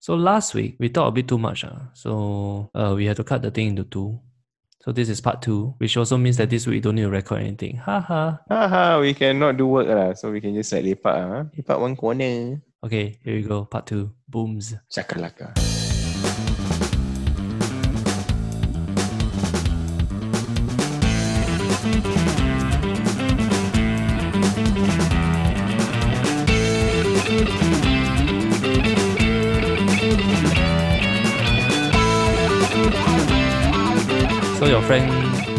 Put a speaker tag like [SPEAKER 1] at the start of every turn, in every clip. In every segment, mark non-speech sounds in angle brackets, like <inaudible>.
[SPEAKER 1] So last week we talked a bit too much, ah. so uh, we had to cut the thing into two. So this is part two, which also means that this week you don't need to record anything. Haha.
[SPEAKER 2] Haha, we cannot do work lah. So we can just like lepak ah. Lepak one corner.
[SPEAKER 1] Okay, here we go. Part two. Booms.
[SPEAKER 2] Chakalaka.
[SPEAKER 1] So your friend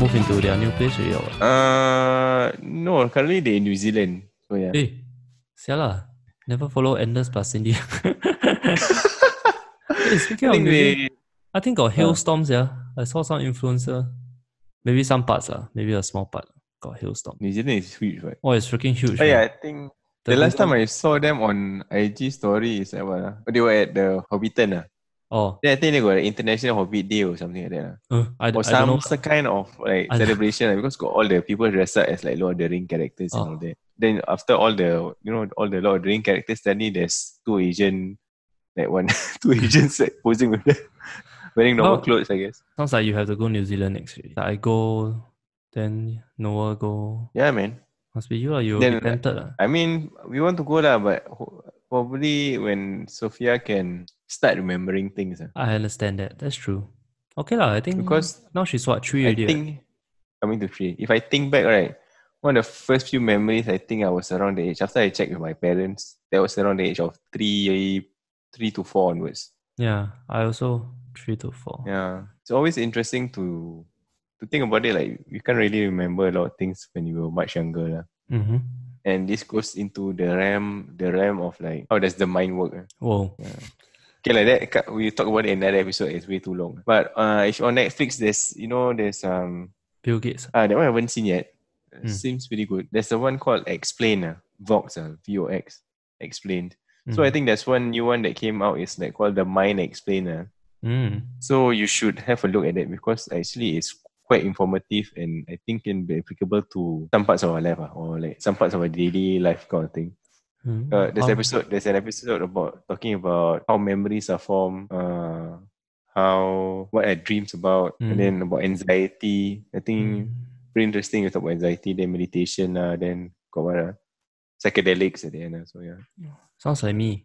[SPEAKER 1] move into their new place already or what?
[SPEAKER 2] Uh, no, currently they in New Zealand. So yeah.
[SPEAKER 1] Hey, Siala, Eh, never follow Anders plus Cindy. <laughs> hey, speaking
[SPEAKER 2] I
[SPEAKER 1] of
[SPEAKER 2] think
[SPEAKER 1] New Zealand,
[SPEAKER 2] they,
[SPEAKER 1] I think got hailstorms, yeah. I saw some influencer. Maybe some parts, ah, maybe a small part got hailstorm.
[SPEAKER 2] New Zealand is huge, right?
[SPEAKER 1] Oh, it's freaking huge.
[SPEAKER 2] Oh
[SPEAKER 1] man.
[SPEAKER 2] yeah, I think the,
[SPEAKER 1] The
[SPEAKER 2] last time
[SPEAKER 1] Google-
[SPEAKER 2] I saw them on IG story is at what? ah? Oh, they were at the Hobbiton. ah.
[SPEAKER 1] Oh,
[SPEAKER 2] Then I think they got an International Hobbit Day or something like that. ah.
[SPEAKER 1] uh, I,
[SPEAKER 2] Or
[SPEAKER 1] I don't know.
[SPEAKER 2] some, some kind of like
[SPEAKER 1] I don't-
[SPEAKER 2] celebration ah, because got all the people dressed up as like Lord of the Ring characters
[SPEAKER 1] Oh.
[SPEAKER 2] and all that. Then after all the you know all the Lord of the Ring characters, suddenly there's two Asian like one <laughs> two Asians like, posing with them, <laughs> wearing normal
[SPEAKER 1] Well-
[SPEAKER 2] clothes, I guess.
[SPEAKER 1] Sounds like you have to go New Zealand next week. Like I go, then Noah go.
[SPEAKER 2] Yeah, man.
[SPEAKER 1] Must be you or you
[SPEAKER 2] Then- uh,
[SPEAKER 1] be tempted. ah.
[SPEAKER 2] I mean, we want to go lah, but ho- probably when Sophia can start remembering things, ah.
[SPEAKER 1] I understand that. That's true. Okay lah, I think
[SPEAKER 2] because
[SPEAKER 1] now she's what three
[SPEAKER 2] I
[SPEAKER 1] already. right?
[SPEAKER 2] think coming to three. If I think back, right, one of the first few memories I think I was around the age after I checked with my parents, that was around the age of three, three to four onwards.
[SPEAKER 1] Yeah, I also three to four.
[SPEAKER 2] Yeah, it's always interesting to to think about it. Like you can't really remember a lot of things when you were much younger, lah.
[SPEAKER 1] Mm-hmm.
[SPEAKER 2] And this goes into the realm, the realm of like how does the mind work? ah.
[SPEAKER 1] Whoa.
[SPEAKER 2] Okay, like that. ca- We talk about it in another episode. It's way too long. But uh, it's on Netflix. There's you know there's um
[SPEAKER 1] Bill Gates.
[SPEAKER 2] Ah, that one I haven't seen yet. Uh,
[SPEAKER 1] Hmm.
[SPEAKER 2] Seems pretty good. There's the one called Explain, uh, Vox, uh, V-O-X, Explained. So I
[SPEAKER 1] Mhm.
[SPEAKER 2] think that's one new one that came out. It's like called the Mind Explainer.
[SPEAKER 1] Mm.
[SPEAKER 2] So you should have a look at it because actually it's quite informative and I think can be applicable to some parts of our life uh, or like some parts of our daily life kind of thing.
[SPEAKER 1] Mm.
[SPEAKER 2] Uh, there's
[SPEAKER 1] How-
[SPEAKER 2] episode. There's an episode about talking about how memories are formed. Uh, how what I dreams about,
[SPEAKER 1] Hmm.
[SPEAKER 2] and then about anxiety. I think
[SPEAKER 1] Mm.
[SPEAKER 2] pretty interesting. You talk about anxiety, then meditation, uh, then got what, uh, psychedelics at the end. ah. so yeah,
[SPEAKER 1] Sounds like me.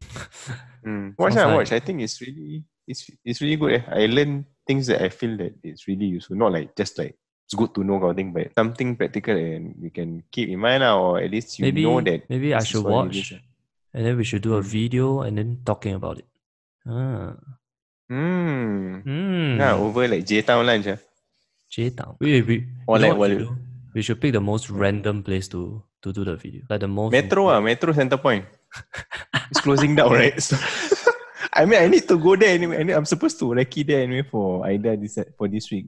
[SPEAKER 2] mm. watch
[SPEAKER 1] Hmm, Sounds
[SPEAKER 2] I
[SPEAKER 1] like-
[SPEAKER 2] watch. I think it's really it's it's really good. eh. I learn things that I feel that it's really useful. Not like just like it's good to know kind of thing, but something practical and you can keep in mind now, or at least you
[SPEAKER 1] maybe
[SPEAKER 2] know that.
[SPEAKER 1] maybe I
[SPEAKER 2] this is
[SPEAKER 1] should
[SPEAKER 2] what it is,
[SPEAKER 1] watch, and then we should do a
[SPEAKER 2] Mm.
[SPEAKER 1] video and then talking about it. Ah.
[SPEAKER 2] Mm.
[SPEAKER 1] Mm.
[SPEAKER 2] Yeah, over like J Town lunch. ah.
[SPEAKER 1] J Town. We, we,
[SPEAKER 2] Or
[SPEAKER 1] you know
[SPEAKER 2] like
[SPEAKER 1] what we
[SPEAKER 2] Wal-
[SPEAKER 1] should do? we should pick the most random place to to do the video. Like the most
[SPEAKER 2] Metro ah, Metro Center Point. it's closing down, right? So, I mean, I need to go there anyway. I need, I'm supposed to recce there anyway for Ida this for this week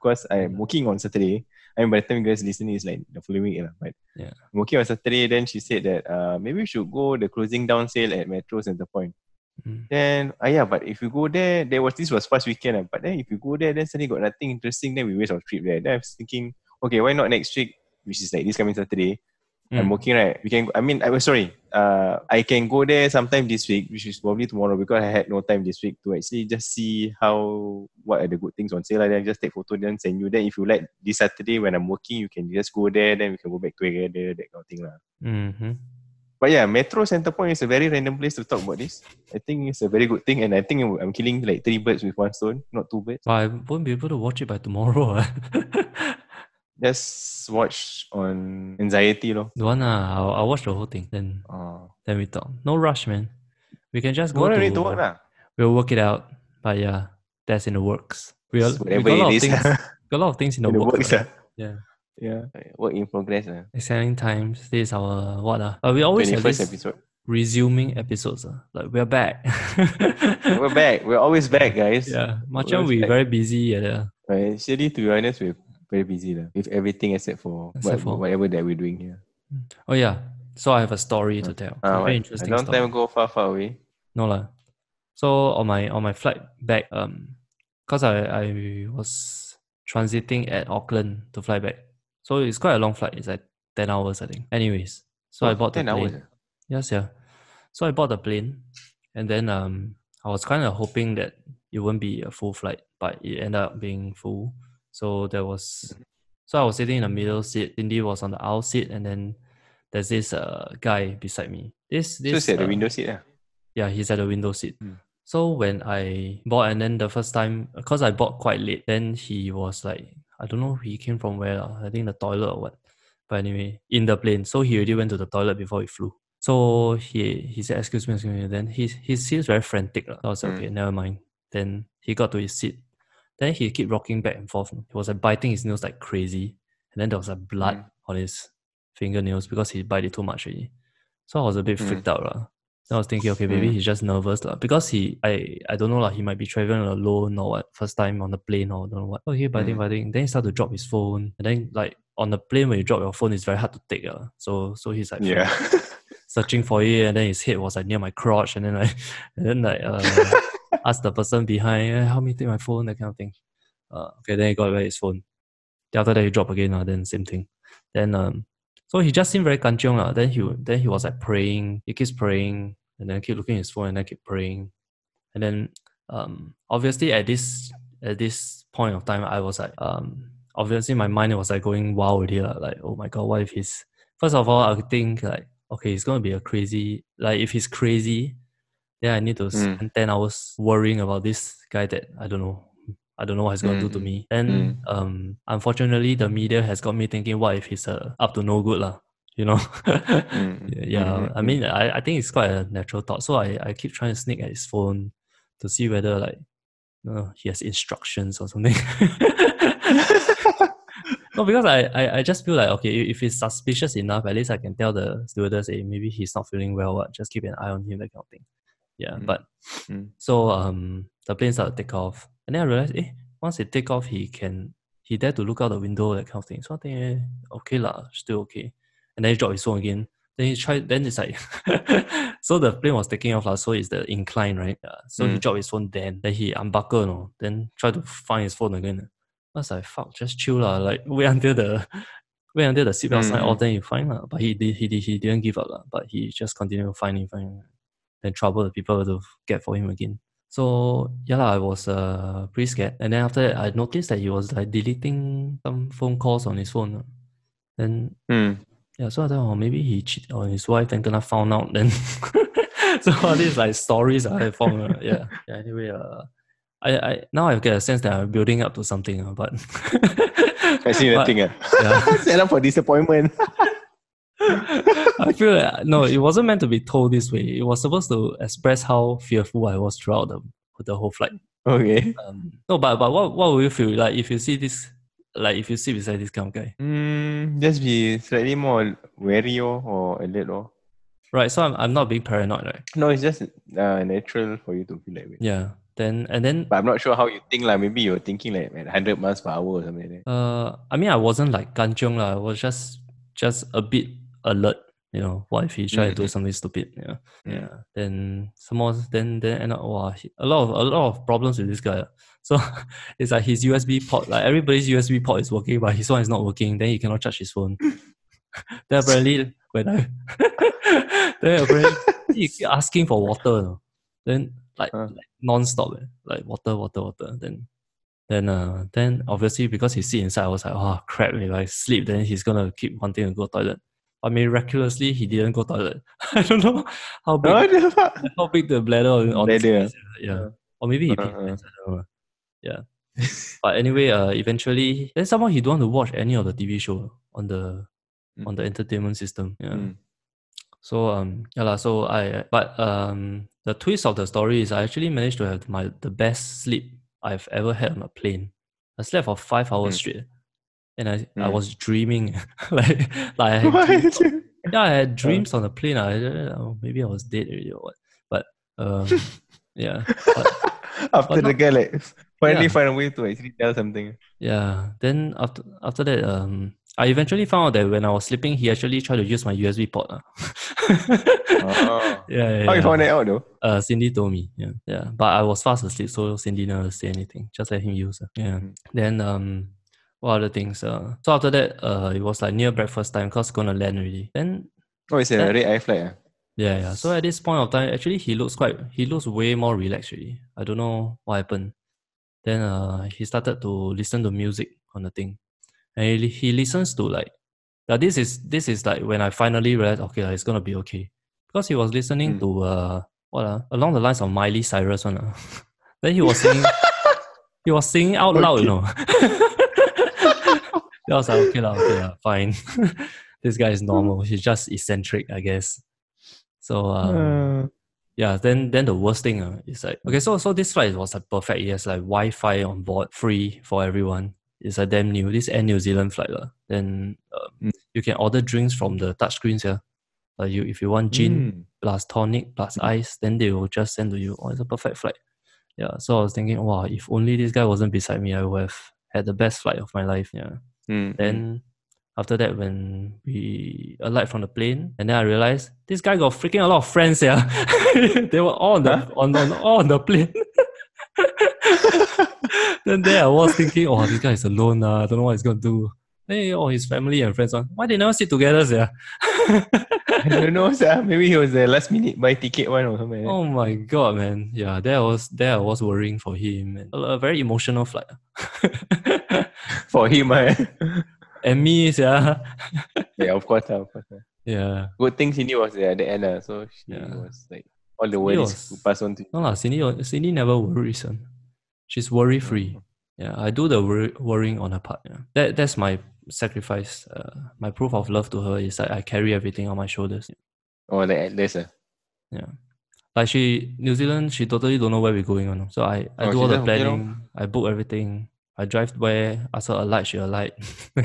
[SPEAKER 2] because I'm working on Saturday. I mean, by the time you guys listen, it's like the following week, lah. But
[SPEAKER 1] Yeah.
[SPEAKER 2] I'm working on Saturday. Then she said that uh, maybe we should go the closing down sale at Metro Center Point.
[SPEAKER 1] Mm.
[SPEAKER 2] Then ah yeah, but if you go there, there was this was past weekend, ah, but then if you go there, then suddenly got nothing interesting. Then we waste our trip there. Then I was thinking, okay, why not next week, which is like this coming Saturday. I'm
[SPEAKER 1] Mm.
[SPEAKER 2] working right. We can. I mean, I was sorry. Uh, I can go there sometime this week, which is probably tomorrow because I had no time this week to actually just see how what are the good things on sale. lah. Then just take photo, then send you. Then if you like this Saturday when I'm working, you can just go there. Then we can go back together. That kind of thing lah.
[SPEAKER 1] hmm
[SPEAKER 2] But yeah, Metro Center Point is a very random place to talk about this. I think it's a very good thing, and I think I'm killing like three birds with one stone, not two birds.
[SPEAKER 1] But I won't be able to watch it by tomorrow. ah. <laughs>
[SPEAKER 2] Just watch on anxiety, lor.
[SPEAKER 1] Don't want ah. I'll, I'll watch the whole thing. Then
[SPEAKER 2] Uh,
[SPEAKER 1] then we talk. No rush, man. We can just go
[SPEAKER 2] tomorrow
[SPEAKER 1] to,
[SPEAKER 2] need to work lah.
[SPEAKER 1] We'll work it out. But yeah, that's in the works. We, are, we got
[SPEAKER 2] Whatever
[SPEAKER 1] a lot
[SPEAKER 2] it
[SPEAKER 1] of
[SPEAKER 2] is,
[SPEAKER 1] things.
[SPEAKER 2] <laughs> lah.
[SPEAKER 1] got a lot of things in the,
[SPEAKER 2] In the
[SPEAKER 1] works.
[SPEAKER 2] works,
[SPEAKER 1] ah.
[SPEAKER 2] ah.
[SPEAKER 1] Yeah.
[SPEAKER 2] Yeah. Work in progress. Uh.
[SPEAKER 1] Exciting times. This is our what ah? But we always have
[SPEAKER 2] 21st
[SPEAKER 1] this
[SPEAKER 2] episode.
[SPEAKER 1] resuming episodes. ah. Like we're back. <laughs>
[SPEAKER 2] We're back. We're always back, guys.
[SPEAKER 1] Yeah, Macam we
[SPEAKER 2] always back.
[SPEAKER 1] very busy at the
[SPEAKER 2] But actually, to be honest, we're very busy lah, with everything except for,
[SPEAKER 1] Except
[SPEAKER 2] what-
[SPEAKER 1] for-
[SPEAKER 2] whatever that we're doing here.
[SPEAKER 1] Oh yeah. So I have a story to tell.
[SPEAKER 2] Ah,
[SPEAKER 1] a
[SPEAKER 2] what-
[SPEAKER 1] very
[SPEAKER 2] a
[SPEAKER 1] interesting
[SPEAKER 2] long
[SPEAKER 1] story.
[SPEAKER 2] time ago, far, far away.
[SPEAKER 1] No lah. So on my on my flight back, um, cause I I was transiting at Auckland to fly back. So it's quite a long flight. It's like ten hours, I think. Anyways, so I
[SPEAKER 2] Oh,
[SPEAKER 1] bought the
[SPEAKER 2] 10
[SPEAKER 1] plane.
[SPEAKER 2] hours. ah.
[SPEAKER 1] Yes, yeah. So I bought the plane, and then um, I was kind of hoping that it wouldn't be a full flight, but it ended up being full. So there was, so I was sitting in the middle seat. Cindy was on the aisle seat, and then there's this uh, guy beside me. This
[SPEAKER 2] So
[SPEAKER 1] this
[SPEAKER 2] it's at the
[SPEAKER 1] uh,
[SPEAKER 2] window seat ah. lah.
[SPEAKER 1] yeah, he's at the window seat.
[SPEAKER 2] Mm.
[SPEAKER 1] So when I bought, and then the first time, because I bought quite late, then he was like, I don't know, he came from where, lah, I think the toilet or what. But anyway, in the plane. So he already went to the toilet before he flew. So he he said, Excuse me, excuse me. Then he, he seems very frantic. lah. So I was like,
[SPEAKER 2] Mm.
[SPEAKER 1] Okay, never mind. Then he got to his seat. Then he keep rocking back and forth. He was like biting his nails like crazy. And then there was like blood
[SPEAKER 2] Mm.
[SPEAKER 1] on his fingernails because he bite it too much already. So I was a bit
[SPEAKER 2] Mm.
[SPEAKER 1] freaked out. lah. Then I was thinking, okay, maybe
[SPEAKER 2] Mm.
[SPEAKER 1] he's just nervous lah. Because he, I, I don't know lah. He might be traveling alone or what. First time on the plane or don't know what. Okay, biting,
[SPEAKER 2] Mm.
[SPEAKER 1] biting. Then he start to drop his phone. And then like on the plane when you drop your phone, it's very hard to take. Uh. So so he's like
[SPEAKER 2] Yeah.
[SPEAKER 1] <laughs> searching for it, and then his head was like near my crotch, and then like <laughs> and then like uh, ask the person behind, "Eh, help me take my phone, that kind of thing. Uh, okay, then he got back his phone. Then after that he dropped again, uh, then same thing. Then um, so he just seemed very kanchiong lah. Then he wa- then he was like praying. He keeps praying, and then keep looking at his phone, and then keep praying, and then um, obviously at this at this point of time, I was like um, obviously my mind was like going wild already lah. Like oh my god, what if he's first of all I would think like okay, it's gonna be a crazy like if he's crazy, then I need to
[SPEAKER 2] Mm.
[SPEAKER 1] spend ten hours worrying about this guy that I don't know. I don't know what he's gonna do to
[SPEAKER 2] Mm.
[SPEAKER 1] me. And um unfortunately the media has got me thinking what if he's uh, up to no good lah. You know? <laughs>
[SPEAKER 2] Mm. Mm-hmm.
[SPEAKER 1] yeah. I mean I, I think it's quite a natural thought. So I, I keep trying to sneak at his phone to see whether like uh, he has instructions or something. <laughs> No, because I, I, I just feel like okay, if if it's suspicious enough, at least I can tell the stewardess, hey, maybe he's not feeling well. What? Just keep an eye on him, that kind of thing. Yeah,
[SPEAKER 2] Mm.
[SPEAKER 1] but
[SPEAKER 2] Mm.
[SPEAKER 1] so um, the plane started to take off, and then I realized, eh, once it take off, he can he dare to look out the window, that kind of thing. So I think eh, okay lah, still okay. And then he dropped his phone again. Then he tried. Then it's like, <laughs> so the plane was taking off lah. So it's the incline, right? Yeah. So he
[SPEAKER 2] Mm.
[SPEAKER 1] dropped his phone. Then then he unbuckled, you know, then tried to find his phone again. I was like, fuck, just chill lah. Like <laughs> wait until the wait until the seatbelt sign off,
[SPEAKER 2] Mm.
[SPEAKER 1] then you find lah. But he did he did he didn't give up lah. But he just continued finding, finding. Then trouble the people to get for him again. So yeah lah, I was uh pretty scared. And then after that I noticed that he was like deleting some phone calls on his phone. lah. Then
[SPEAKER 2] Mm.
[SPEAKER 1] yeah, so I thought, oh, maybe he cheated on his wife and gonna found out then. <laughs> so all these like stories I have found. uh, yeah. yeah. Anyway, uh, I, I now I get a sense that I'm building up to something, uh, but
[SPEAKER 2] I see
[SPEAKER 1] <laughs> but-
[SPEAKER 2] nothing. ah.
[SPEAKER 1] yeah.
[SPEAKER 2] Set up for disappointment.
[SPEAKER 1] I feel like no, it wasn't meant to be told this way. It was supposed to express how fearful I was throughout the the whole flight.
[SPEAKER 2] <laughs> okay.
[SPEAKER 1] Um, no, but but what what would you feel like if you see this like if you sit beside this kind of guy?
[SPEAKER 2] Mm, just be slightly more wary oh, or alert. Oh.
[SPEAKER 1] Right. So I'm I'm not being paranoid, right?
[SPEAKER 2] No, it's just uh, natural for you to feel like way.
[SPEAKER 1] Yeah. Then and then
[SPEAKER 2] But I'm not sure how you think. Like, maybe you're thinking like at 100 miles per hour or something like that.
[SPEAKER 1] Uh, I mean, I wasn't like kanchiong lah. I was just just a bit alert. You know, what if he tried to do
[SPEAKER 2] Mm.
[SPEAKER 1] something stupid? Yeah,
[SPEAKER 2] Mm.
[SPEAKER 1] yeah. Then some more. Then then end up wow, he- a lot of a lot of problems with this guy. <laughs> ah. So it's like his USB port. Like everybody's USB port is working, but his one is not working. Then he cannot charge his phone. <laughs> then apparently when I <laughs> then apparently he keep asking for water. you know. Then like,
[SPEAKER 2] Huh.
[SPEAKER 1] like non-stop, eh, like water, water, water. Then then uh then obviously because he sit inside, I was like, oh crap, if I sleep then he's gonna keep wanting to go toilet. But miraculously he didn't go toilet. <laughs> I don't know how big
[SPEAKER 2] <laughs> What the fuck?
[SPEAKER 1] <laughs> how big the bladder on, on his
[SPEAKER 2] Bladder,
[SPEAKER 1] face is, yeah. Or maybe he peed
[SPEAKER 2] Uh-uh.
[SPEAKER 1] pants, I don't know. Yeah. but anyway, uh eventually then somehow he don't want to watch any of the TV show on the
[SPEAKER 2] Mm.
[SPEAKER 1] on the entertainment system. Yeah.
[SPEAKER 2] Mm.
[SPEAKER 1] So um yeah lah, so I but um the twist of the story is I actually managed to have my the best sleep I've ever had on a plane. I slept for five hours
[SPEAKER 2] Mm.
[SPEAKER 1] straight. And I, I
[SPEAKER 2] Mm.
[SPEAKER 1] was dreaming <laughs> like like I
[SPEAKER 2] <laughs>
[SPEAKER 1] had
[SPEAKER 2] What?
[SPEAKER 1] dreams of- yeah I
[SPEAKER 2] Uh,
[SPEAKER 1] had dreams on the plane. I, I don't know, maybe I was dead already or what. But
[SPEAKER 2] <laughs>
[SPEAKER 1] um yeah But
[SPEAKER 2] After
[SPEAKER 1] not-
[SPEAKER 2] the guy like finally
[SPEAKER 1] Yeah.
[SPEAKER 2] find a way to actually tell something.
[SPEAKER 1] yeah. Then after after that um I eventually found out that when I was sleeping he actually tried to use my USB port. <laughs> lah.
[SPEAKER 2] Oh.
[SPEAKER 1] yeah, yeah,
[SPEAKER 2] How you
[SPEAKER 1] yeah.
[SPEAKER 2] found that out though?
[SPEAKER 1] Uh, Cindy told me. Yeah, yeah. But I was fast asleep, so Cindy never say anything. Just let him use. it. Yeah.
[SPEAKER 2] Mm.
[SPEAKER 1] Then um, what other things? Uh, so after that, uh, it was like near breakfast time, cause gonna land already. Then
[SPEAKER 2] Oh, it's a
[SPEAKER 1] That-
[SPEAKER 2] red eye flight. Ah.
[SPEAKER 1] Yeah, yeah. So at this point of time, actually, he looks quite. He looks way more relaxed. Really, I don't know what happened. Then uh, he started to listen to music on the thing, and he, li- he listens to like. Now this is this is like when I finally realized, okay, lah, it's gonna be okay, because he was listening
[SPEAKER 2] Mm.
[SPEAKER 1] to uh what uh, along the lines of Miley Cyrus one. Uh. <laughs> then he was singing. he was singing out loud, you know. <laughs> then I was like, okay, lah, okay, lah, fine. <laughs> this guy is normal. He's just eccentric, I guess. So um,
[SPEAKER 2] Uh,
[SPEAKER 1] yeah, then then the worst thing uh, is like okay, so so this flight was like perfect. It has like Wi-Fi on board, free for everyone. It's like damn new. This Air New Zealand flight lah. Then um,
[SPEAKER 2] Mm.
[SPEAKER 1] you can order drinks from the touchscreens here. Like you, if you want gin
[SPEAKER 2] mm.
[SPEAKER 1] plus tonic plus ice, then they will just send to you. Oh, it's a perfect flight. Yeah. So I was thinking, wow, if only this guy wasn't beside me, I would have had the best flight of my life. Yeah.
[SPEAKER 2] Mm.
[SPEAKER 1] Then after that, when we alight from the plane, and then I realized this guy got freaking a lot of friends. Yeah, <laughs> they were all on the
[SPEAKER 2] Huh?
[SPEAKER 1] on, on all on the plane. <laughs> then there I was thinking, oh, this guy is alone. Uh, I don't know what he's gonna do. Hey, all his family and friends. Uh, why they never sit together? Yeah.
[SPEAKER 2] <laughs> I don't know. Sir. Maybe he was the last minute buy ticket one or something.
[SPEAKER 1] Oh my god, man. Yeah, there I was there I was worrying for him. And a, a very emotional flight. <laughs> Oh.
[SPEAKER 2] For him, ah.
[SPEAKER 1] and me, yeah,
[SPEAKER 2] <laughs> yeah, of course, ah, of course. ah.
[SPEAKER 1] yeah.
[SPEAKER 2] Good thing Cindy was there at the end, ah, so she
[SPEAKER 1] Yeah.
[SPEAKER 2] was like all the
[SPEAKER 1] Cindy
[SPEAKER 2] worries
[SPEAKER 1] was-
[SPEAKER 2] passed on to.
[SPEAKER 1] No lah, Cindy, uh, Cindy never worries. One. She's worry
[SPEAKER 2] Oh.
[SPEAKER 1] free. Yeah, I do the worry, worrying on her part. Yeah. That that's my sacrifice. Uh, my proof of love to her is that I carry everything on my shoulders.
[SPEAKER 2] Oh, like at least, <laughs> ah.
[SPEAKER 1] Like she New Zealand, she totally don't know where we're going on. So I, I
[SPEAKER 2] Oh,
[SPEAKER 1] do all
[SPEAKER 2] she
[SPEAKER 1] the
[SPEAKER 2] just okay lor.
[SPEAKER 1] planning. I book everything. I drive where ask her alight, she alight. <laughs>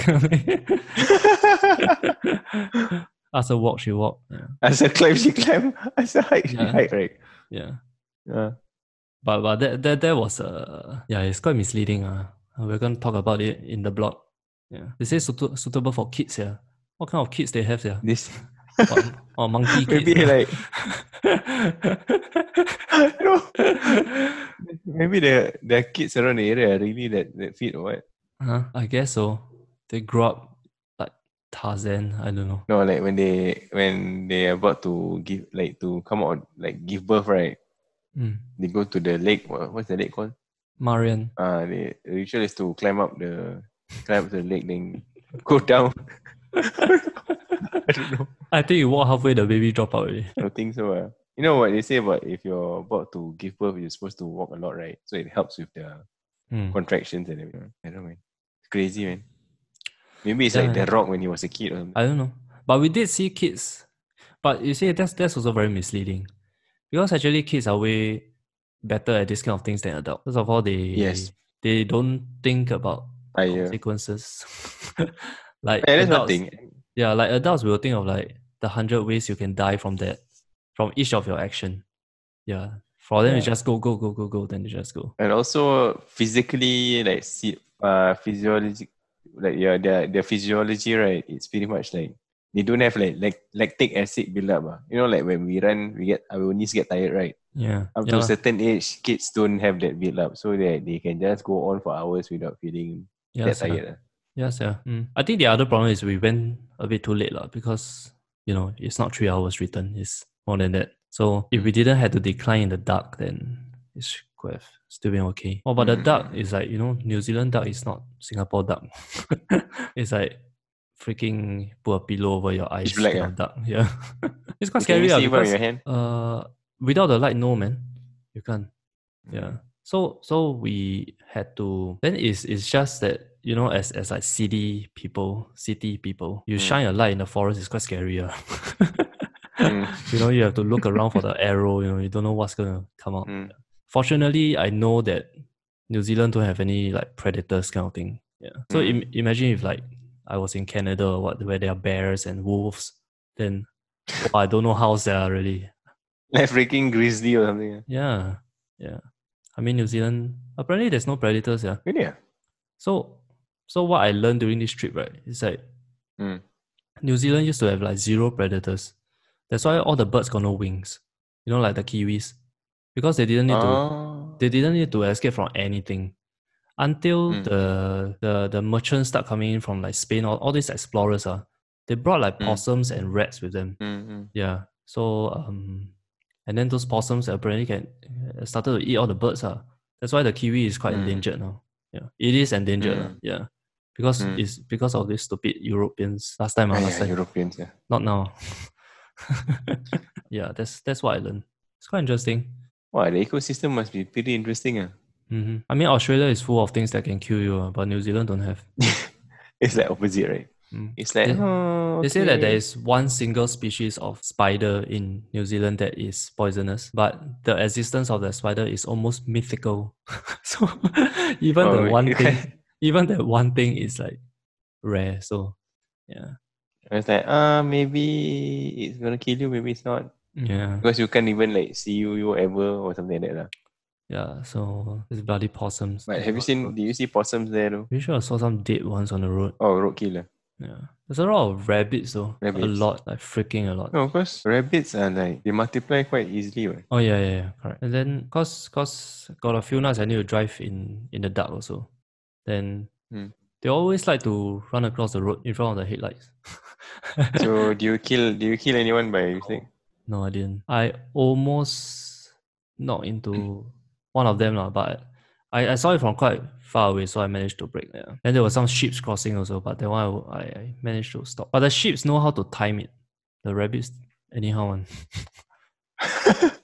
[SPEAKER 1] ask her walk, she walk. Yeah,
[SPEAKER 2] As a climb, she climb. As a hike, she
[SPEAKER 1] Yeah.
[SPEAKER 2] hike, right?
[SPEAKER 1] yeah.
[SPEAKER 2] Yeah.
[SPEAKER 1] But but that that that was uh yeah, it's quite misleading. Uh. Uh, we're gonna talk about it in the blog. Yeah, they say suit- suitable for kids. Yeah, what kind of kids they have? Yeah,
[SPEAKER 2] This
[SPEAKER 1] or, or monkey kids.
[SPEAKER 2] <laughs> maybe like
[SPEAKER 1] <laughs> yeah.
[SPEAKER 2] no. Maybe the the kids around the area are really that that fit or what?
[SPEAKER 1] Huh? Uh-huh. I guess so. They grew up like Tarzan. I don't know.
[SPEAKER 2] No, like when they when they are about to give like to come out like give birth, right?
[SPEAKER 1] Mm.
[SPEAKER 2] They go to the lake. What, what's the lake called?
[SPEAKER 1] Marian.
[SPEAKER 2] Uh the the ritual is to climb up the climb up to the lake, then <laughs> go down. I don't know.
[SPEAKER 1] I think you walk halfway, the baby drop out already.
[SPEAKER 2] I don't think so. Uh. You know what they say about if you're about to give birth, you're supposed to walk a lot, right? So it helps with the
[SPEAKER 1] Mm.
[SPEAKER 2] contractions and everything. I don't know, man. It's crazy, man. Maybe it's
[SPEAKER 1] Yeah,
[SPEAKER 2] like
[SPEAKER 1] man.
[SPEAKER 2] The Rock when he was a kid. Or something.
[SPEAKER 1] I don't know. But we did see kids. But you see, that's that's also very misleading. Because actually kids are way better at this kind of things than adults. First of all, they
[SPEAKER 2] Yes.
[SPEAKER 1] they don't think about
[SPEAKER 2] I, uh,
[SPEAKER 1] consequences. <laughs> like
[SPEAKER 2] yeah, that's one
[SPEAKER 1] adults,
[SPEAKER 2] thing.
[SPEAKER 1] Yeah, like adults will think of like the hundred ways you can die from that, from each of your action. Yeah. For them, it's
[SPEAKER 2] Yeah.
[SPEAKER 1] just go, go, go, go, go, then they just go.
[SPEAKER 2] And also physically, like see, uh, physiology, like yeah, their their physiology, right? It's pretty much like they don't have like like lactic acid buildup. Ah, you know, like when we run, we get our knees get tired, right?
[SPEAKER 1] Yeah.
[SPEAKER 2] Up
[SPEAKER 1] yeah
[SPEAKER 2] to a
[SPEAKER 1] lah.
[SPEAKER 2] certain age, kids don't have that buildup, so that they can just go on for hours without feeling
[SPEAKER 1] yeah,
[SPEAKER 2] that
[SPEAKER 1] sia.
[SPEAKER 2] tired. ah.
[SPEAKER 1] Yes, yeah. Mm.
[SPEAKER 2] Hmm.
[SPEAKER 1] I think the other problem is we went a bit too late lah because you know it's not three hours return; it's more than that. So
[SPEAKER 2] Hmm.
[SPEAKER 1] if we didn't have to decline in the dark, then it sh- could have still been okay. Oh, but the
[SPEAKER 2] Mm.
[SPEAKER 1] dark is like you know New Zealand dark is not Singapore dark. <laughs> it's like freaking put a pillow over your eyes.
[SPEAKER 2] black,
[SPEAKER 1] kind
[SPEAKER 2] ah.
[SPEAKER 1] of dark. Yeah, <laughs> it's quite
[SPEAKER 2] Can
[SPEAKER 1] scary.
[SPEAKER 2] you
[SPEAKER 1] lah,
[SPEAKER 2] see from
[SPEAKER 1] because-
[SPEAKER 2] your hand?
[SPEAKER 1] uh, without the light, no man, you can't.
[SPEAKER 2] Mm.
[SPEAKER 1] Yeah. So so we had to. Then it's it's just that you know, as as like city people, city people, you
[SPEAKER 2] Mm.
[SPEAKER 1] shine a light in the forest is quite scary. ah.
[SPEAKER 2] Mm.
[SPEAKER 1] <laughs> you know, you have to look around for the arrow. You know, you don't know what's gonna come out.
[SPEAKER 2] Mm.
[SPEAKER 1] Fortunately, I know that New Zealand don't have any like predators kind of thing. Yeah. So
[SPEAKER 2] Mm.
[SPEAKER 1] Im- imagine if like I was in Canada or what, where there are bears and wolves, then <laughs> oh, I don't know how they are really.
[SPEAKER 2] Like freaking grizzly or something. ah.
[SPEAKER 1] Yeah, yeah. I mean, New Zealand apparently there's no predators. Yeah.
[SPEAKER 2] Really? ah?
[SPEAKER 1] So, so what I learned during this trip, right, is like
[SPEAKER 2] Mm.
[SPEAKER 1] New Zealand used to have like zero predators. That's why all the birds got no wings. You know, like the kiwis, because they didn't need to.
[SPEAKER 2] Oh.
[SPEAKER 1] They didn't need to escape from anything until
[SPEAKER 2] Mm.
[SPEAKER 1] the the the merchants start coming in from like Spain. All all these explorers are. ah, They brought like
[SPEAKER 2] Mm.
[SPEAKER 1] possums and rats with them.
[SPEAKER 2] Mm, mm.
[SPEAKER 1] Yeah. So um, and then those possums apparently can uh, started to eat all the birds. Uh. that's why the kiwi is quite
[SPEAKER 2] Mm.
[SPEAKER 1] endangered now. Yeah, it is endangered. lah,
[SPEAKER 2] Mm.
[SPEAKER 1] Yeah, because
[SPEAKER 2] Mm.
[SPEAKER 1] it's because of these stupid Europeans last time. ah,
[SPEAKER 2] Ah,
[SPEAKER 1] last
[SPEAKER 2] yeah,
[SPEAKER 1] time,
[SPEAKER 2] Europeans. Yeah.
[SPEAKER 1] not now. <laughs> yeah, that's that's what I learned. It's quite interesting.
[SPEAKER 2] Wow, the ecosystem must be pretty interesting. ah. <laughs>
[SPEAKER 1] hmm I mean, Australia is full of things that can kill you, ah, but New Zealand don't have.
[SPEAKER 2] It's like opposite, right?
[SPEAKER 1] Mm.
[SPEAKER 2] It's like
[SPEAKER 1] They-
[SPEAKER 2] oh,
[SPEAKER 1] They say that there
[SPEAKER 2] okay.
[SPEAKER 1] is one single species of spider in New Zealand that is poisonous, but the existence of the spider is almost mythical. <laughs> so even
[SPEAKER 2] Oh,
[SPEAKER 1] the one
[SPEAKER 2] okay.
[SPEAKER 1] thing, even that one thing is like rare. So yeah,
[SPEAKER 2] And It's like ah, maybe it's gonna kill you, maybe it's not
[SPEAKER 1] yeah,
[SPEAKER 2] because you can't even like see you, you ever or something like that. lah.
[SPEAKER 1] yeah. So it's bloody possums.
[SPEAKER 2] But have you seen? Do you see possums there? Though?
[SPEAKER 1] Pretty sure I saw some dead ones on the road.
[SPEAKER 2] Oh, roadkill. lah.
[SPEAKER 1] Yeah, there's a lot of rabbits though. A
[SPEAKER 2] Rabbits.
[SPEAKER 1] lot, like freaking a lot.
[SPEAKER 2] No, of course. Rabbits are like they multiply quite easily. Right?
[SPEAKER 1] Oh yeah, yeah, yeah, correct. And then cause cause got a few nights I need to drive in in the dark also. Then
[SPEAKER 2] Hmm.
[SPEAKER 1] they always like to run across the road in front of the headlights.
[SPEAKER 2] So do you kill? Do you kill anyone by mistake?
[SPEAKER 1] no, I didn't. I almost knocked into one of them lah, but I, I saw it from quite far away, so I managed to break. Yeah. Then there were some sheep's crossing also, but that one I, w- I- I managed to stop. But the sheep's know how to time it. The rabbits anyhow one.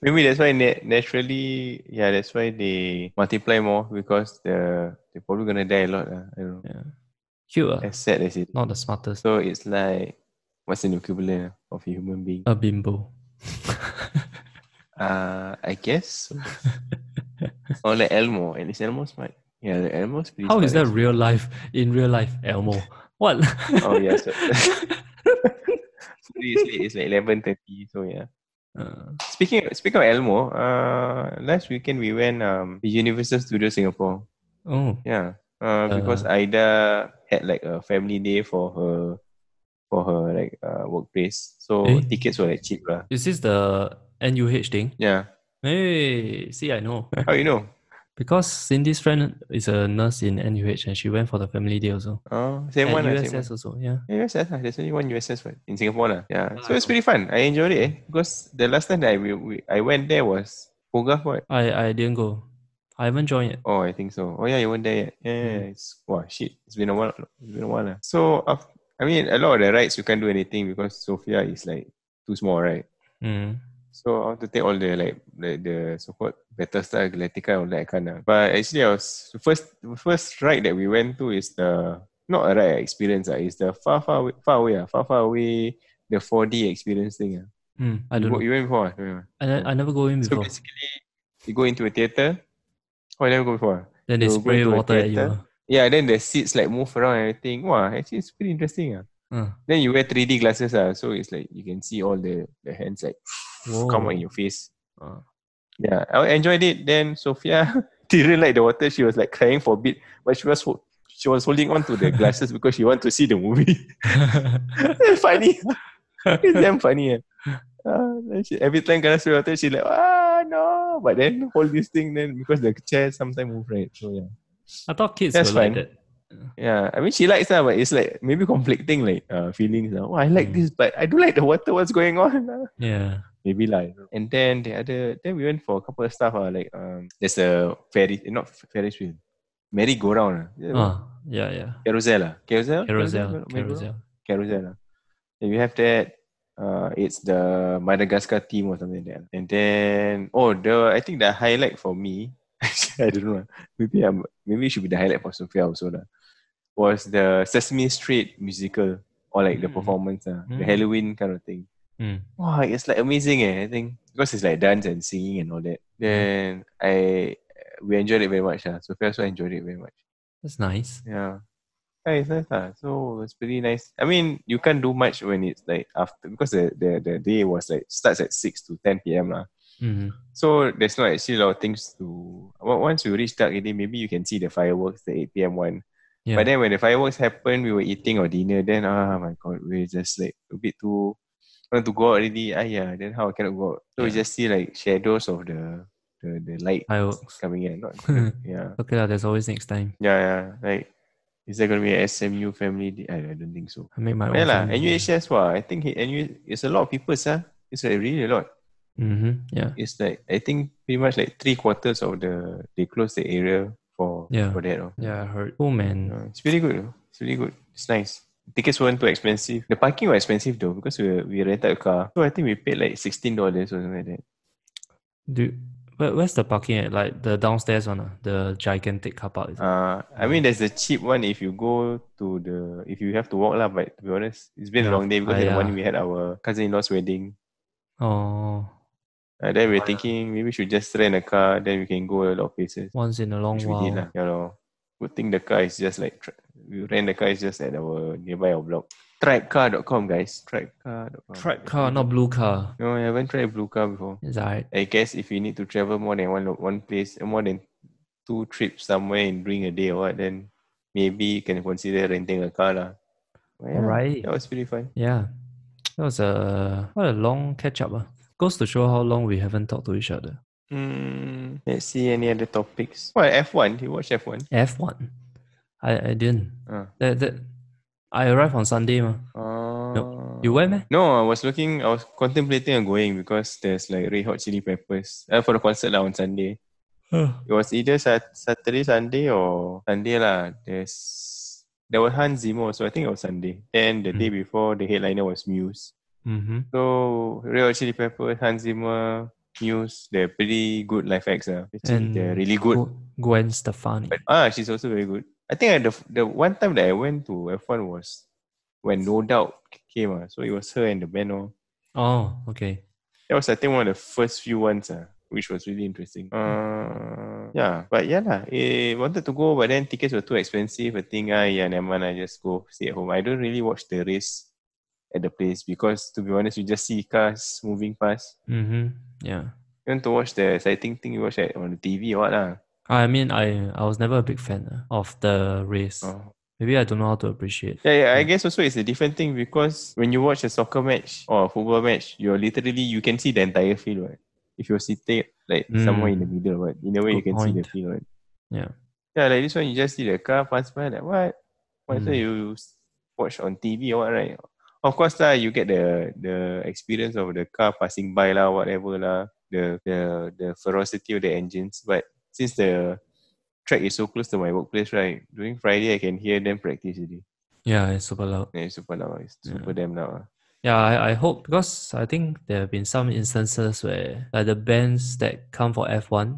[SPEAKER 2] Maybe that's why na- naturally, yeah, that's why they multiply more because the they're probably gonna die a lot. lah. I don't know.
[SPEAKER 1] Yeah. Cute, ah,
[SPEAKER 2] As sad as it.
[SPEAKER 1] not the smartest.
[SPEAKER 2] So it's like what's an equivalent of a human being?
[SPEAKER 1] A bimbo.
[SPEAKER 2] Uh, I
[SPEAKER 1] <laughs>
[SPEAKER 2] guess. so. or like Elmo. At least Elmo's smart. Yeah, the Elmo's pretty
[SPEAKER 1] How is that
[SPEAKER 2] smart,
[SPEAKER 1] real life in real life, Elmo? What?
[SPEAKER 2] <laughs> Oh,
[SPEAKER 1] <laughs>
[SPEAKER 2] yeah, so- actually. Seriously, it's like eleven thirty. So yeah.
[SPEAKER 1] <laughs> Uh,
[SPEAKER 2] Speaking speaking of Elmo, uh, last weekend we went um Universal Studio Singapore.
[SPEAKER 1] oh,
[SPEAKER 2] Yeah. Uh, because
[SPEAKER 1] Uh.
[SPEAKER 2] Ida had like a family day for her for her like uh, workplace. So
[SPEAKER 1] Eh?
[SPEAKER 2] tickets were like cheap lah.
[SPEAKER 1] is this the NUH thing?
[SPEAKER 2] Yeah.
[SPEAKER 1] Hey, see, I
[SPEAKER 2] <laughs>
[SPEAKER 1] know
[SPEAKER 2] How you know?
[SPEAKER 1] because Cindy's friend is a nurse in NUH, and she went for the family day also.
[SPEAKER 2] Oh, same
[SPEAKER 1] And
[SPEAKER 2] one. lah, same one.
[SPEAKER 1] USS also, yeah.
[SPEAKER 2] Yeah, USS lah. There's only one USS one in Singapore lah. Yeah.
[SPEAKER 1] Ah,
[SPEAKER 2] So it's pretty fun. I enjoyed it eh. Because the last time that I we, we, I went there was Pogah what?
[SPEAKER 1] I I didn't go. I haven't joined yet.
[SPEAKER 2] Oh, I think so. Oh yeah, you weren't there yet. Yeah, yeah,
[SPEAKER 1] Mm.
[SPEAKER 2] yeah. it's wow, shit. It's been a while. It's been a while. lah. So af- I mean, a lot of the rides you can't do anything because Sofia is like too small, right?
[SPEAKER 1] Mm.
[SPEAKER 2] So I want to take all the like the, the so-called Battlestar Galactica all that I can't. lah. But actually, I was the first the first ride that we went to is the not a ride experience. Uh, it's the far far away, far away. Uh, far far away. The 4D experience thing. ah.
[SPEAKER 1] Mm. I
[SPEAKER 2] You,
[SPEAKER 1] don't
[SPEAKER 2] go-
[SPEAKER 1] know.
[SPEAKER 2] you went before? ah? Remember?
[SPEAKER 1] I, ne- I never go in
[SPEAKER 2] So
[SPEAKER 1] before.
[SPEAKER 2] basically, you go into a theater. Oh, I never go before. ah?
[SPEAKER 1] Then they
[SPEAKER 2] you go
[SPEAKER 1] spray
[SPEAKER 2] to a
[SPEAKER 1] water at you.
[SPEAKER 2] theatre. Yeah, then the seats like move around and everything. Wow, actually it's pretty interesting. Ah.
[SPEAKER 1] Uh.
[SPEAKER 2] Then you wear 3D glasses, ah, so it's like you can see all the, the hands like <laughs> come on your face.
[SPEAKER 1] Ah.
[SPEAKER 2] Yeah, I enjoyed it. Then Sophia <laughs> didn't like the water. She was like crying for a bit, but she was hol- she was holding on to the glasses because she want to see the movie. <laughs> funny. it's damn funny. ah. Ah, then she, every time kena spray water, she like, ah, no. But then hold this thing then because the chair sometimes move, right? So yeah.
[SPEAKER 1] <laughs> I thought kids
[SPEAKER 2] That's
[SPEAKER 1] were like
[SPEAKER 2] fine.
[SPEAKER 1] that.
[SPEAKER 2] Yeah, I mean she likes that, but it's like maybe conflicting like uh, feelings. lah. Oh, I like
[SPEAKER 1] Mm.
[SPEAKER 2] this, but I don't like the water. What's going on? <laughs> lah.
[SPEAKER 1] Yeah.
[SPEAKER 2] maybe like. And then the other, then we went for a couple of stuff. Uh, like um, there's a ferry, eh, not ferris wheel, merry go round. Uh.
[SPEAKER 1] Ah. Yeah. Yeah.
[SPEAKER 2] Carousel, ah. carousel,
[SPEAKER 1] Carousel.
[SPEAKER 2] merry-go-round?
[SPEAKER 1] Carousel.
[SPEAKER 2] carousel. ah. If you have that, uh, it's the Madagascar team or something like that. And then oh, the I think the highlight for me, <laughs> I don't know. ah. Maybe I'm maybe it should be the highlight for Sophia also lah. Was the Sesame Street musical or like the
[SPEAKER 1] Mm.
[SPEAKER 2] performance, ah, the
[SPEAKER 1] Mm.
[SPEAKER 2] Halloween kind of thing.
[SPEAKER 1] Mm.
[SPEAKER 2] Wow, it's like amazing eh, I think. Because it's like dance and singing and all that. Then I we enjoyed it very much. ah. Sophia also enjoyed it very much.
[SPEAKER 1] That's nice.
[SPEAKER 2] Yeah. Yeah, it's nice lah. So it's pretty nice. I mean, you can't do much when it's like after because the, the, the day was like starts at six to ten PM lah.
[SPEAKER 1] Mm.
[SPEAKER 2] So there's not actually a lot of things to. on- Once we reach Dark Alley, maybe you can see the fireworks, the eight PM one.
[SPEAKER 1] Yeah.
[SPEAKER 2] But then when the fireworks happen, we were eating or dinner. Then oh my god, we're just like a bit too. Want to go out already? Ah yeah. Then how I cannot go out? So we
[SPEAKER 1] Yeah.
[SPEAKER 2] just see like shadows of the the, the light
[SPEAKER 1] <laughs> Fireworks.
[SPEAKER 2] coming in. Not yeah.
[SPEAKER 1] okay, lah, there's always next time.
[SPEAKER 2] Yeah, yeah. Like, is there gonna be a SMU family? Day? I, I don't think so.
[SPEAKER 1] I make my own.
[SPEAKER 2] Yeah lah,
[SPEAKER 1] family.
[SPEAKER 2] NUHS wah. I think he, NU, it's a lot of people sah. It's like really a lot.
[SPEAKER 1] Mm-hmm. Yeah.
[SPEAKER 2] It's like I think pretty much like three quarters of the they close the area for
[SPEAKER 1] Yeah.
[SPEAKER 2] for that. Oh.
[SPEAKER 1] Yeah, I heard. Oh man.
[SPEAKER 2] Uh, it's really good. though. It's really good. It's nice. Tickets weren't too expensive. The parking was expensive though because we we rented a car. So I think we paid like sixteen dollars or something like that.
[SPEAKER 1] Do where, where's the parking at? Like the downstairs one, ah? the gigantic car park. Is it?
[SPEAKER 2] Uh, I mean there's the cheap one if you go to the if you have to walk lah. But to be honest, it's been a
[SPEAKER 1] Yeah.
[SPEAKER 2] long day because
[SPEAKER 1] Ah,
[SPEAKER 2] in the
[SPEAKER 1] yeah.
[SPEAKER 2] morning we had our cousin-in-law's wedding.
[SPEAKER 1] oh,
[SPEAKER 2] Uh, then we're thinking maybe we should just rent a car. Then we can go a lot of places.
[SPEAKER 1] once in a long
[SPEAKER 2] Which we did lah.
[SPEAKER 1] while.
[SPEAKER 2] You know, good thing the car is just like tr- we rent the car is just at our nearby our block. Tribecar.com guys. Tribecar.com.
[SPEAKER 1] Track car, not blue car.
[SPEAKER 2] No, I haven't tried Blue Car before.
[SPEAKER 1] Is alright.
[SPEAKER 2] I guess if you need to travel more than one lo- one place, uh, more than two trips somewhere in during a day or what, then maybe you can consider renting a car lah. But yeah,
[SPEAKER 1] Alright.
[SPEAKER 2] That was pretty fun.
[SPEAKER 1] Yeah. That was a what a long catch up. ah. Goes to show how long we haven't talked to each other.
[SPEAKER 2] Mm, let's see any other topics. Well, F1. You watch F1?
[SPEAKER 1] F one. I, I didn't.
[SPEAKER 2] Uh.
[SPEAKER 1] That that I arrived on Sunday mah.
[SPEAKER 2] Uh,
[SPEAKER 1] You went meh?
[SPEAKER 2] No, I was looking, I was contemplating on going because there's like Red Hot Chili Peppers uh, for the concert lah on Sunday. It was either sat- Saturday, Sunday or Sunday lah. There's, there was Hans Zimmer, so I think it was Sunday. Then the day before, the headliner was Muse.
[SPEAKER 1] Mm-hmm.
[SPEAKER 2] So, Red Hot Chili Peppers, Hans Zimmer, Muse, they're pretty good live acts lah. Actually,
[SPEAKER 1] And
[SPEAKER 2] they're really good.
[SPEAKER 1] Gwen Stefani.
[SPEAKER 2] But, ah, she's also very good. I think I, the the one time that I went to F1 was when No Doubt came. ah. So it was her and the band. Oh.
[SPEAKER 1] Oh, okay.
[SPEAKER 2] That was I think one of the first few ones, ah, which was really interesting. Uh, Hmm. yeah, but yeah lah. I wanted to go, but then tickets were too expensive. I think ah yeah, never mind. I just go stay at home. I don't really watch the race at the place because to be honest, you just see cars moving past.
[SPEAKER 1] Mm-hmm. Yeah.
[SPEAKER 2] You want to watch the exciting thing you watch at, on the TV or what lah.
[SPEAKER 1] I mean, I I was never a big fan uh, of the race.
[SPEAKER 2] Oh.
[SPEAKER 1] Maybe I don't know how to appreciate.
[SPEAKER 2] Yeah, yeah, I guess also it's a different thing because when you watch a soccer match or a football match, you're literally you can see the entire field, right? If you're sitting like somewhere in the middle, right? In a way you
[SPEAKER 1] Hmm. Good
[SPEAKER 2] can see the
[SPEAKER 1] point.
[SPEAKER 2] field, right?
[SPEAKER 1] Yeah.
[SPEAKER 2] Yeah, like this one you just see the car pass by, like what? Why so
[SPEAKER 1] Mm.
[SPEAKER 2] you s- watch on TV or what, right? Of course lah, you get the the experience of the car passing by lah, whatever lah, the the the ferocity of the engines. But since the track is so close to my workplace, right? During Friday I can hear them practice already.
[SPEAKER 1] Yeah, it's super loud.
[SPEAKER 2] Yeah, it's super loud. ah. It's
[SPEAKER 1] Yeah.
[SPEAKER 2] super damn loud. ah.
[SPEAKER 1] Yeah, I, I hope because I think there have been some instances where like the bands that come for F1,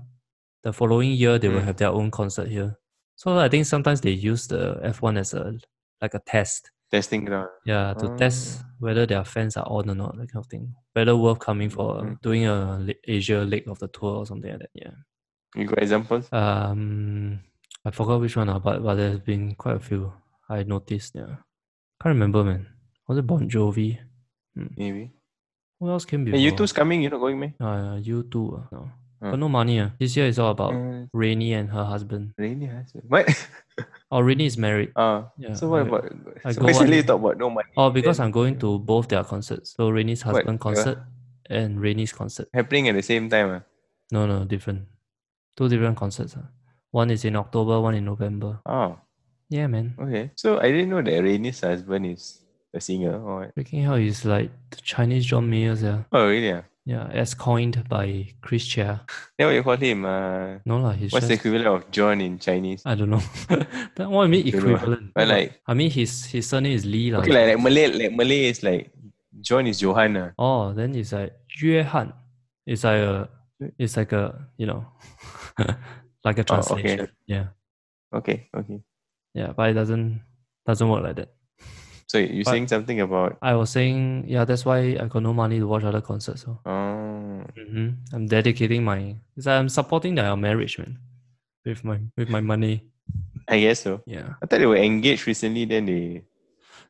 [SPEAKER 1] the following year they will
[SPEAKER 2] Mm.
[SPEAKER 1] have their own concert here. So I think sometimes they use the F1 as a like a test.
[SPEAKER 2] Testing ground.
[SPEAKER 1] Yeah,
[SPEAKER 2] Oh.
[SPEAKER 1] to test whether their fans are on or not, that kind of thing. Whether worth coming for uh,
[SPEAKER 2] Mm.
[SPEAKER 1] doing a li- Asia leg of the tour or something like that. Yeah.
[SPEAKER 2] You got examples?
[SPEAKER 1] Um, I forgot which one, ah, but but there's been quite a few I noticed. Yeah, can't remember, man. Was it Bon Jovi?
[SPEAKER 2] Maybe.
[SPEAKER 1] Who else came
[SPEAKER 2] Hey,
[SPEAKER 1] before?
[SPEAKER 2] you two's coming. You're not going, man.
[SPEAKER 1] Uh, you two. ah, no.
[SPEAKER 2] Uh.
[SPEAKER 1] But no money. ah. This year is all about
[SPEAKER 2] Uh,
[SPEAKER 1] Rainy and her husband.
[SPEAKER 2] really? Has what? <laughs>
[SPEAKER 1] Oh, Rainy is married.
[SPEAKER 2] Ah,
[SPEAKER 1] Yeah.
[SPEAKER 2] so what
[SPEAKER 1] I-
[SPEAKER 2] about?
[SPEAKER 1] I
[SPEAKER 2] so
[SPEAKER 1] go
[SPEAKER 2] basically,
[SPEAKER 1] on-
[SPEAKER 2] you talk about no money
[SPEAKER 1] Oh, because
[SPEAKER 2] then-
[SPEAKER 1] I'm going to both their concerts. So Rainy's
[SPEAKER 2] What,
[SPEAKER 1] husband
[SPEAKER 2] uh,
[SPEAKER 1] concert and Rainy's concert.
[SPEAKER 2] happening at the same time. ah.
[SPEAKER 1] No, no, different. Two different concerts. ah. One is in October, one in November.
[SPEAKER 2] Oh,
[SPEAKER 1] Yeah, man.
[SPEAKER 2] okay. So I didn't know that Rainy's husband is a singer. Or what.
[SPEAKER 1] Freaking hell, he's like the Chinese John Mayer, yeah.
[SPEAKER 2] oh, really? Ah,
[SPEAKER 1] Yeah, as coined by Chris Chia.
[SPEAKER 2] Then what you call him? Uh,
[SPEAKER 1] No lah, he's
[SPEAKER 2] what's the
[SPEAKER 1] just Uh,
[SPEAKER 2] equivalent of John in Chinese?
[SPEAKER 1] I don't know. <laughs> that what I mean
[SPEAKER 2] Don't know.
[SPEAKER 1] equivalent.
[SPEAKER 2] But
[SPEAKER 1] No lah.
[SPEAKER 2] like-
[SPEAKER 1] I mean his his surname is Lee lah.
[SPEAKER 2] Okay, like, like Malay, like Malay is like John is Johan. ah.
[SPEAKER 1] oh, then it's like Yue Han. It's like a it's like a you know <laughs> like a
[SPEAKER 2] Oh, okay.
[SPEAKER 1] translation. Yeah.
[SPEAKER 2] Okay, okay.
[SPEAKER 1] Yeah, but it doesn't doesn't work like that.
[SPEAKER 2] So you
[SPEAKER 1] But-
[SPEAKER 2] saying something about?
[SPEAKER 1] I was saying, yeah, that's why I got no money to watch other concerts. So
[SPEAKER 2] Oh,
[SPEAKER 1] hmm I'm dedicating my it's like I'm supporting their marriage, man. With my with my money.
[SPEAKER 2] I guess so.
[SPEAKER 1] Yeah.
[SPEAKER 2] I thought they were engaged recently. Then they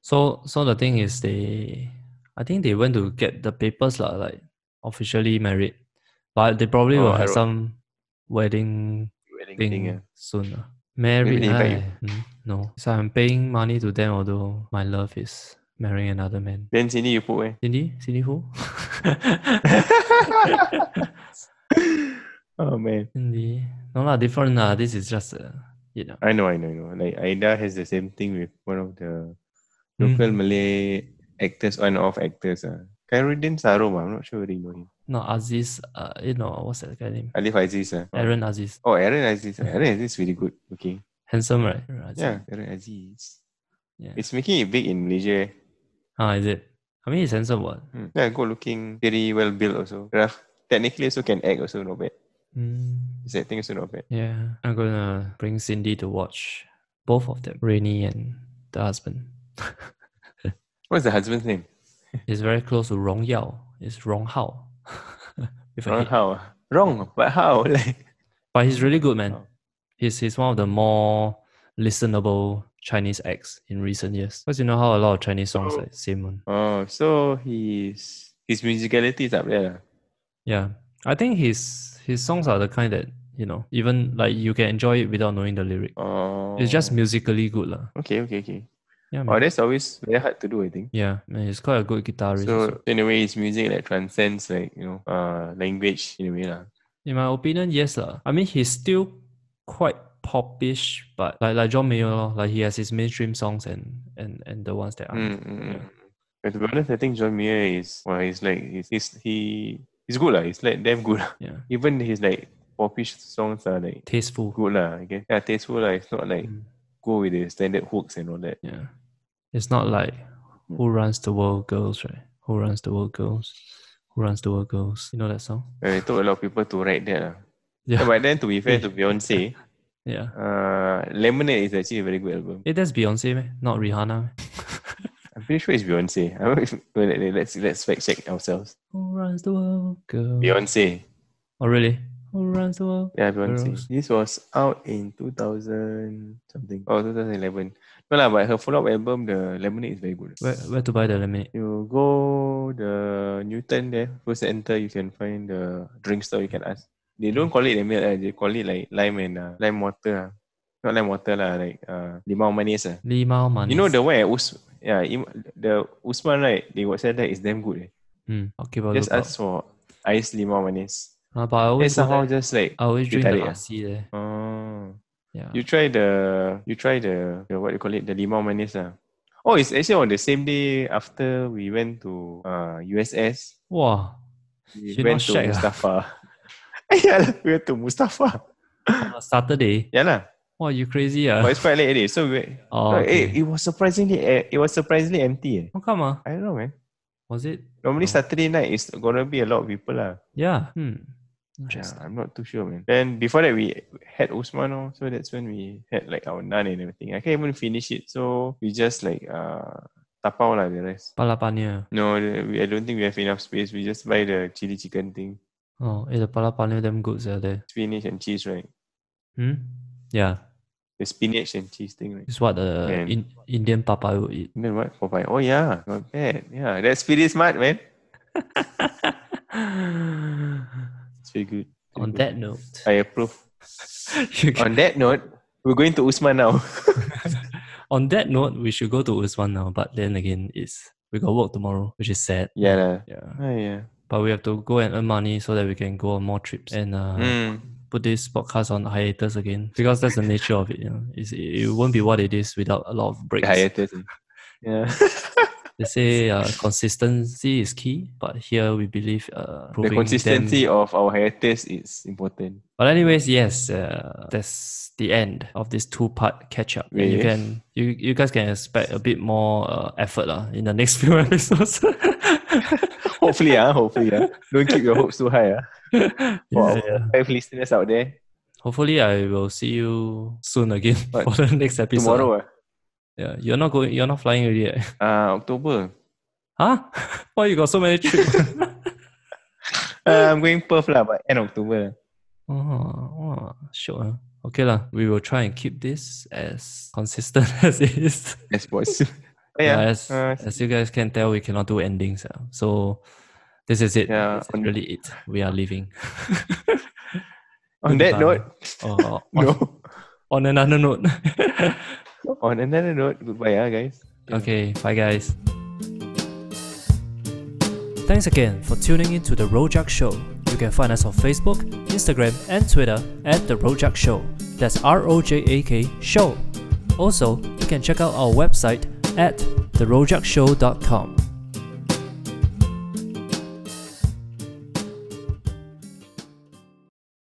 [SPEAKER 1] So so the thing is they I think they went to get the papers lah, like officially married. But they probably
[SPEAKER 2] Oh,
[SPEAKER 1] will
[SPEAKER 2] I
[SPEAKER 1] have
[SPEAKER 2] wrote-
[SPEAKER 1] some wedding
[SPEAKER 2] wedding
[SPEAKER 1] thing
[SPEAKER 2] thing. ah.
[SPEAKER 1] soon. lah. Married.
[SPEAKER 2] they invite you.
[SPEAKER 1] ah, mm, no. So I'm paying money to them although my love is marrying another man.
[SPEAKER 2] Then sini you put where? <laughs>
[SPEAKER 1] Cindy? Cindy who? <laughs>
[SPEAKER 2] oh man.
[SPEAKER 1] Cindy. No lah, different lah. This is just uh, you know. Mm.
[SPEAKER 2] I know, I know, I know. Like Aida has the same thing with one of the local Malay actors on off actors. Uh. Khairuddin Sarum, ah, I'm not sure whether you know him.
[SPEAKER 1] No, Aziz, uh, you know, what's that guy name?
[SPEAKER 2] Alif Aziz. ah.
[SPEAKER 1] Aaron Aziz.
[SPEAKER 2] Oh, Aaron Aziz. Aaron Aziz is really good. Okay.
[SPEAKER 1] Handsome, right? Aaron Aziz.
[SPEAKER 2] Yeah, Aaron Aziz.
[SPEAKER 1] Yeah.
[SPEAKER 2] It's making it big in Malaysia. eh.
[SPEAKER 1] Ah, is it? I mean, he's handsome, what?
[SPEAKER 2] Hmm. Yeah, good looking, very well built also. Rough. Technically also can act also, not bad.
[SPEAKER 1] Mm,
[SPEAKER 2] His acting also not bad.
[SPEAKER 1] yeah. I'm gonna bring Cindy to watch both of them, Rainy and the <laughs> husband.
[SPEAKER 2] What's the husband's name?
[SPEAKER 1] It's very close to Rong Yao. It's Rong Hao. <laughs> With a
[SPEAKER 2] Wrong
[SPEAKER 1] H.
[SPEAKER 2] how? Wrong, but how? <laughs> Like,
[SPEAKER 1] But he's really good, man.
[SPEAKER 2] Oh.
[SPEAKER 1] He's he's one of the more listenable Chinese acts in recent years. Because you know how a lot of Chinese songs like same one.
[SPEAKER 2] oh, so he's his musicality is up there. lah.
[SPEAKER 1] Yeah. I think his his songs are the kind that, you know, even like you can enjoy it without knowing the lyric.
[SPEAKER 2] Oh,
[SPEAKER 1] It's just musically good. lah.
[SPEAKER 2] okay, okay, okay.
[SPEAKER 1] Yeah,
[SPEAKER 2] Oh,
[SPEAKER 1] man.
[SPEAKER 2] that's always very hard to do. I think.
[SPEAKER 1] yeah, man, he's quite a good guitarist. also.
[SPEAKER 2] So in a way, his music like transcends like you know uh language in a way lah.
[SPEAKER 1] In my opinion, yes. lah. I mean, he's still quite popish, but like like John Mayer, lor, like he has his mainstream songs and and and the ones that are
[SPEAKER 2] Mm, mm, mm.
[SPEAKER 1] yeah.
[SPEAKER 2] But to be honest, I think John Mayer is well, he's like he's, he's he he's good lah. He's like damn good. lah. <laughs>
[SPEAKER 1] yeah
[SPEAKER 2] Even his like popish songs are like
[SPEAKER 1] tasteful.
[SPEAKER 2] good lah. I guess yeah, tasteful lah. It's not like
[SPEAKER 1] Mm.
[SPEAKER 2] go with the standard hooks and all that.
[SPEAKER 1] Yeah, it's not like who runs the world, girls, right? Who runs the world, girls? Who runs the world, girls? You know that song?
[SPEAKER 2] Uh, it took a lot of people to write that lah.
[SPEAKER 1] Yeah.
[SPEAKER 2] Yeah, but then to be fair to <laughs> Beyonce,
[SPEAKER 1] Yeah.
[SPEAKER 2] uh, Lemonade is actually a very good album.
[SPEAKER 1] Eh, that's Beyonce, meh? not Rihanna. meh?
[SPEAKER 2] I'm pretty sure it's Beyonce. <laughs> I don't even- well, let- let's let's fact check ourselves.
[SPEAKER 1] Who runs the world, girls?
[SPEAKER 2] Beyonce.
[SPEAKER 1] Oh, really? Who runs the world?
[SPEAKER 2] Yeah, Beyonce.
[SPEAKER 1] Girls.
[SPEAKER 2] This was out in 2000 something. Oh, 2011. No lah, but her follow-up album, The Lemonade, is very good.
[SPEAKER 1] Where, where to buy the lemonade?
[SPEAKER 2] You go the Newton there, first enter, you can find the drink store, you can ask. They don't call it lemonade, lah, they call it like lime and uh, lime water. lah. Not lime water lah, like uh, limau manis lah.
[SPEAKER 1] Limau Manis.
[SPEAKER 2] You know the one at Us yeah, Im- the Usman right, they got said that is damn good. Eh.
[SPEAKER 1] Mm, I'll keep a
[SPEAKER 2] Just
[SPEAKER 1] lookout.
[SPEAKER 2] ask for ice limau manis.
[SPEAKER 1] Ah, but I
[SPEAKER 2] Then
[SPEAKER 1] always, go
[SPEAKER 2] somehow
[SPEAKER 1] there.
[SPEAKER 2] just like
[SPEAKER 1] I always
[SPEAKER 2] you
[SPEAKER 1] drink the
[SPEAKER 2] tarik ah.
[SPEAKER 1] Aussie there.
[SPEAKER 2] oh
[SPEAKER 1] Yeah.
[SPEAKER 2] you try the you try the, the what you call it, the limau manis lah. Oh, it's actually on the same day after we went to uh USS.
[SPEAKER 1] Wow.
[SPEAKER 2] We
[SPEAKER 1] You're
[SPEAKER 2] went
[SPEAKER 1] not
[SPEAKER 2] to
[SPEAKER 1] shag ah?
[SPEAKER 2] Mustafa. <laughs> yeah, lah, we went to Mustafa.
[SPEAKER 1] Saturday.
[SPEAKER 2] Yeah lah.
[SPEAKER 1] Wow, you crazy ah.
[SPEAKER 2] But it's quite late already. So we, went-
[SPEAKER 1] Oh,
[SPEAKER 2] No, eh,
[SPEAKER 1] okay.
[SPEAKER 2] it was surprisingly eh, it was surprisingly empty. Eh.
[SPEAKER 1] How come ah?
[SPEAKER 2] I don't know, man.
[SPEAKER 1] Was it?
[SPEAKER 2] Normally
[SPEAKER 1] No.
[SPEAKER 2] Saturday night is gonna be a lot of people lah.
[SPEAKER 1] Yeah. Hmm.
[SPEAKER 2] Yeah,
[SPEAKER 1] Interesting.
[SPEAKER 2] I'm not too sure, man. Then before that, we had Usman, oh, so that's when we had like our naan and everything. I can't even finish it, so we just like uh tapau lah the rest.
[SPEAKER 1] Palapanya.
[SPEAKER 2] No, the- we, I don't think we have enough space. We just buy the chili chicken thing,
[SPEAKER 1] Oh, eh, the palapanya damn good sia there.
[SPEAKER 2] spinach and cheese, right?
[SPEAKER 1] Hmm? Yeah.
[SPEAKER 2] The spinach and cheese thing, right?
[SPEAKER 1] It's what the
[SPEAKER 2] Man.
[SPEAKER 1] in, Indian papa would
[SPEAKER 2] <sighs>
[SPEAKER 1] eat.
[SPEAKER 2] And then what? Popeye. Oh yeah, not bad. Yeah, that's pretty smart, man. It's very good. Very
[SPEAKER 1] On
[SPEAKER 2] good.
[SPEAKER 1] that
[SPEAKER 2] <laughs>
[SPEAKER 1] note,
[SPEAKER 2] I approve.
[SPEAKER 1] you can-
[SPEAKER 2] On that note, we're going to Usman now. <laughs>
[SPEAKER 1] on that note, we should go to Usman now. But then again, it's we got work tomorrow, which is sad.
[SPEAKER 2] yeah, lah.
[SPEAKER 1] Yeah.
[SPEAKER 2] Oh, yeah.
[SPEAKER 1] But we have to go and earn money so that we can go on more trips and uh,
[SPEAKER 2] Mm.
[SPEAKER 1] put this podcast on hiatus again because that's the nature of it. You know, it's, it, it won't be what it is without a lot of breaks.
[SPEAKER 2] Hiatus. eh. Yeah.
[SPEAKER 1] They say uh, consistency is key, but here we believe uh,
[SPEAKER 2] the
[SPEAKER 1] proving
[SPEAKER 2] consistency
[SPEAKER 1] them-
[SPEAKER 2] of our hiatus is important.
[SPEAKER 1] But anyways, yes, uh, that's the end of this two-part catch-up. And you
[SPEAKER 2] Yes.
[SPEAKER 1] can you you guys can expect a bit more uh, effort lah in the next few <laughs> episodes.
[SPEAKER 2] <laughs> Hopefully, ah, hopefully, ah. Don't keep your hopes too high, ah. For
[SPEAKER 1] Yeah,
[SPEAKER 2] our
[SPEAKER 1] yeah.
[SPEAKER 2] five listeners out there,
[SPEAKER 1] Hopefully, I will see you soon again <laughs>
[SPEAKER 2] What?
[SPEAKER 1] for the next episode.
[SPEAKER 2] tomorrow, ah.
[SPEAKER 1] Yeah, you're not going. You're not flying already. Right?
[SPEAKER 2] Uh, October.
[SPEAKER 1] Huh? <laughs> Why you got so many trips? <laughs>
[SPEAKER 2] Uh, I'm going Perth lah, but end October. lah.
[SPEAKER 1] oh, oh, sure. huh? Okay lah. We will try and keep this as consistent <laughs> as it is.
[SPEAKER 2] That's possible. Oh,
[SPEAKER 1] Uh,
[SPEAKER 2] <laughs> yeah.
[SPEAKER 1] as,
[SPEAKER 2] Uh,
[SPEAKER 1] as you guys can tell, we cannot do endings. ah. So this is it.
[SPEAKER 2] Yeah,
[SPEAKER 1] This is
[SPEAKER 2] on-
[SPEAKER 1] really it. We are leaving.
[SPEAKER 2] on
[SPEAKER 1] <laughs>
[SPEAKER 2] that
[SPEAKER 1] goodbye.
[SPEAKER 2] note, <laughs>
[SPEAKER 1] Oh, on,
[SPEAKER 2] no.
[SPEAKER 1] on another note. <laughs>
[SPEAKER 2] on another note, goodbye, ah, guys.
[SPEAKER 1] okay, bye guys. Thanks again for tuning in to The Rojak Show. You can find us on Facebook, Instagram, and Twitter at The Rojak Show. That's R O J A K Show. Also, you can check out our website at therojakshow.com.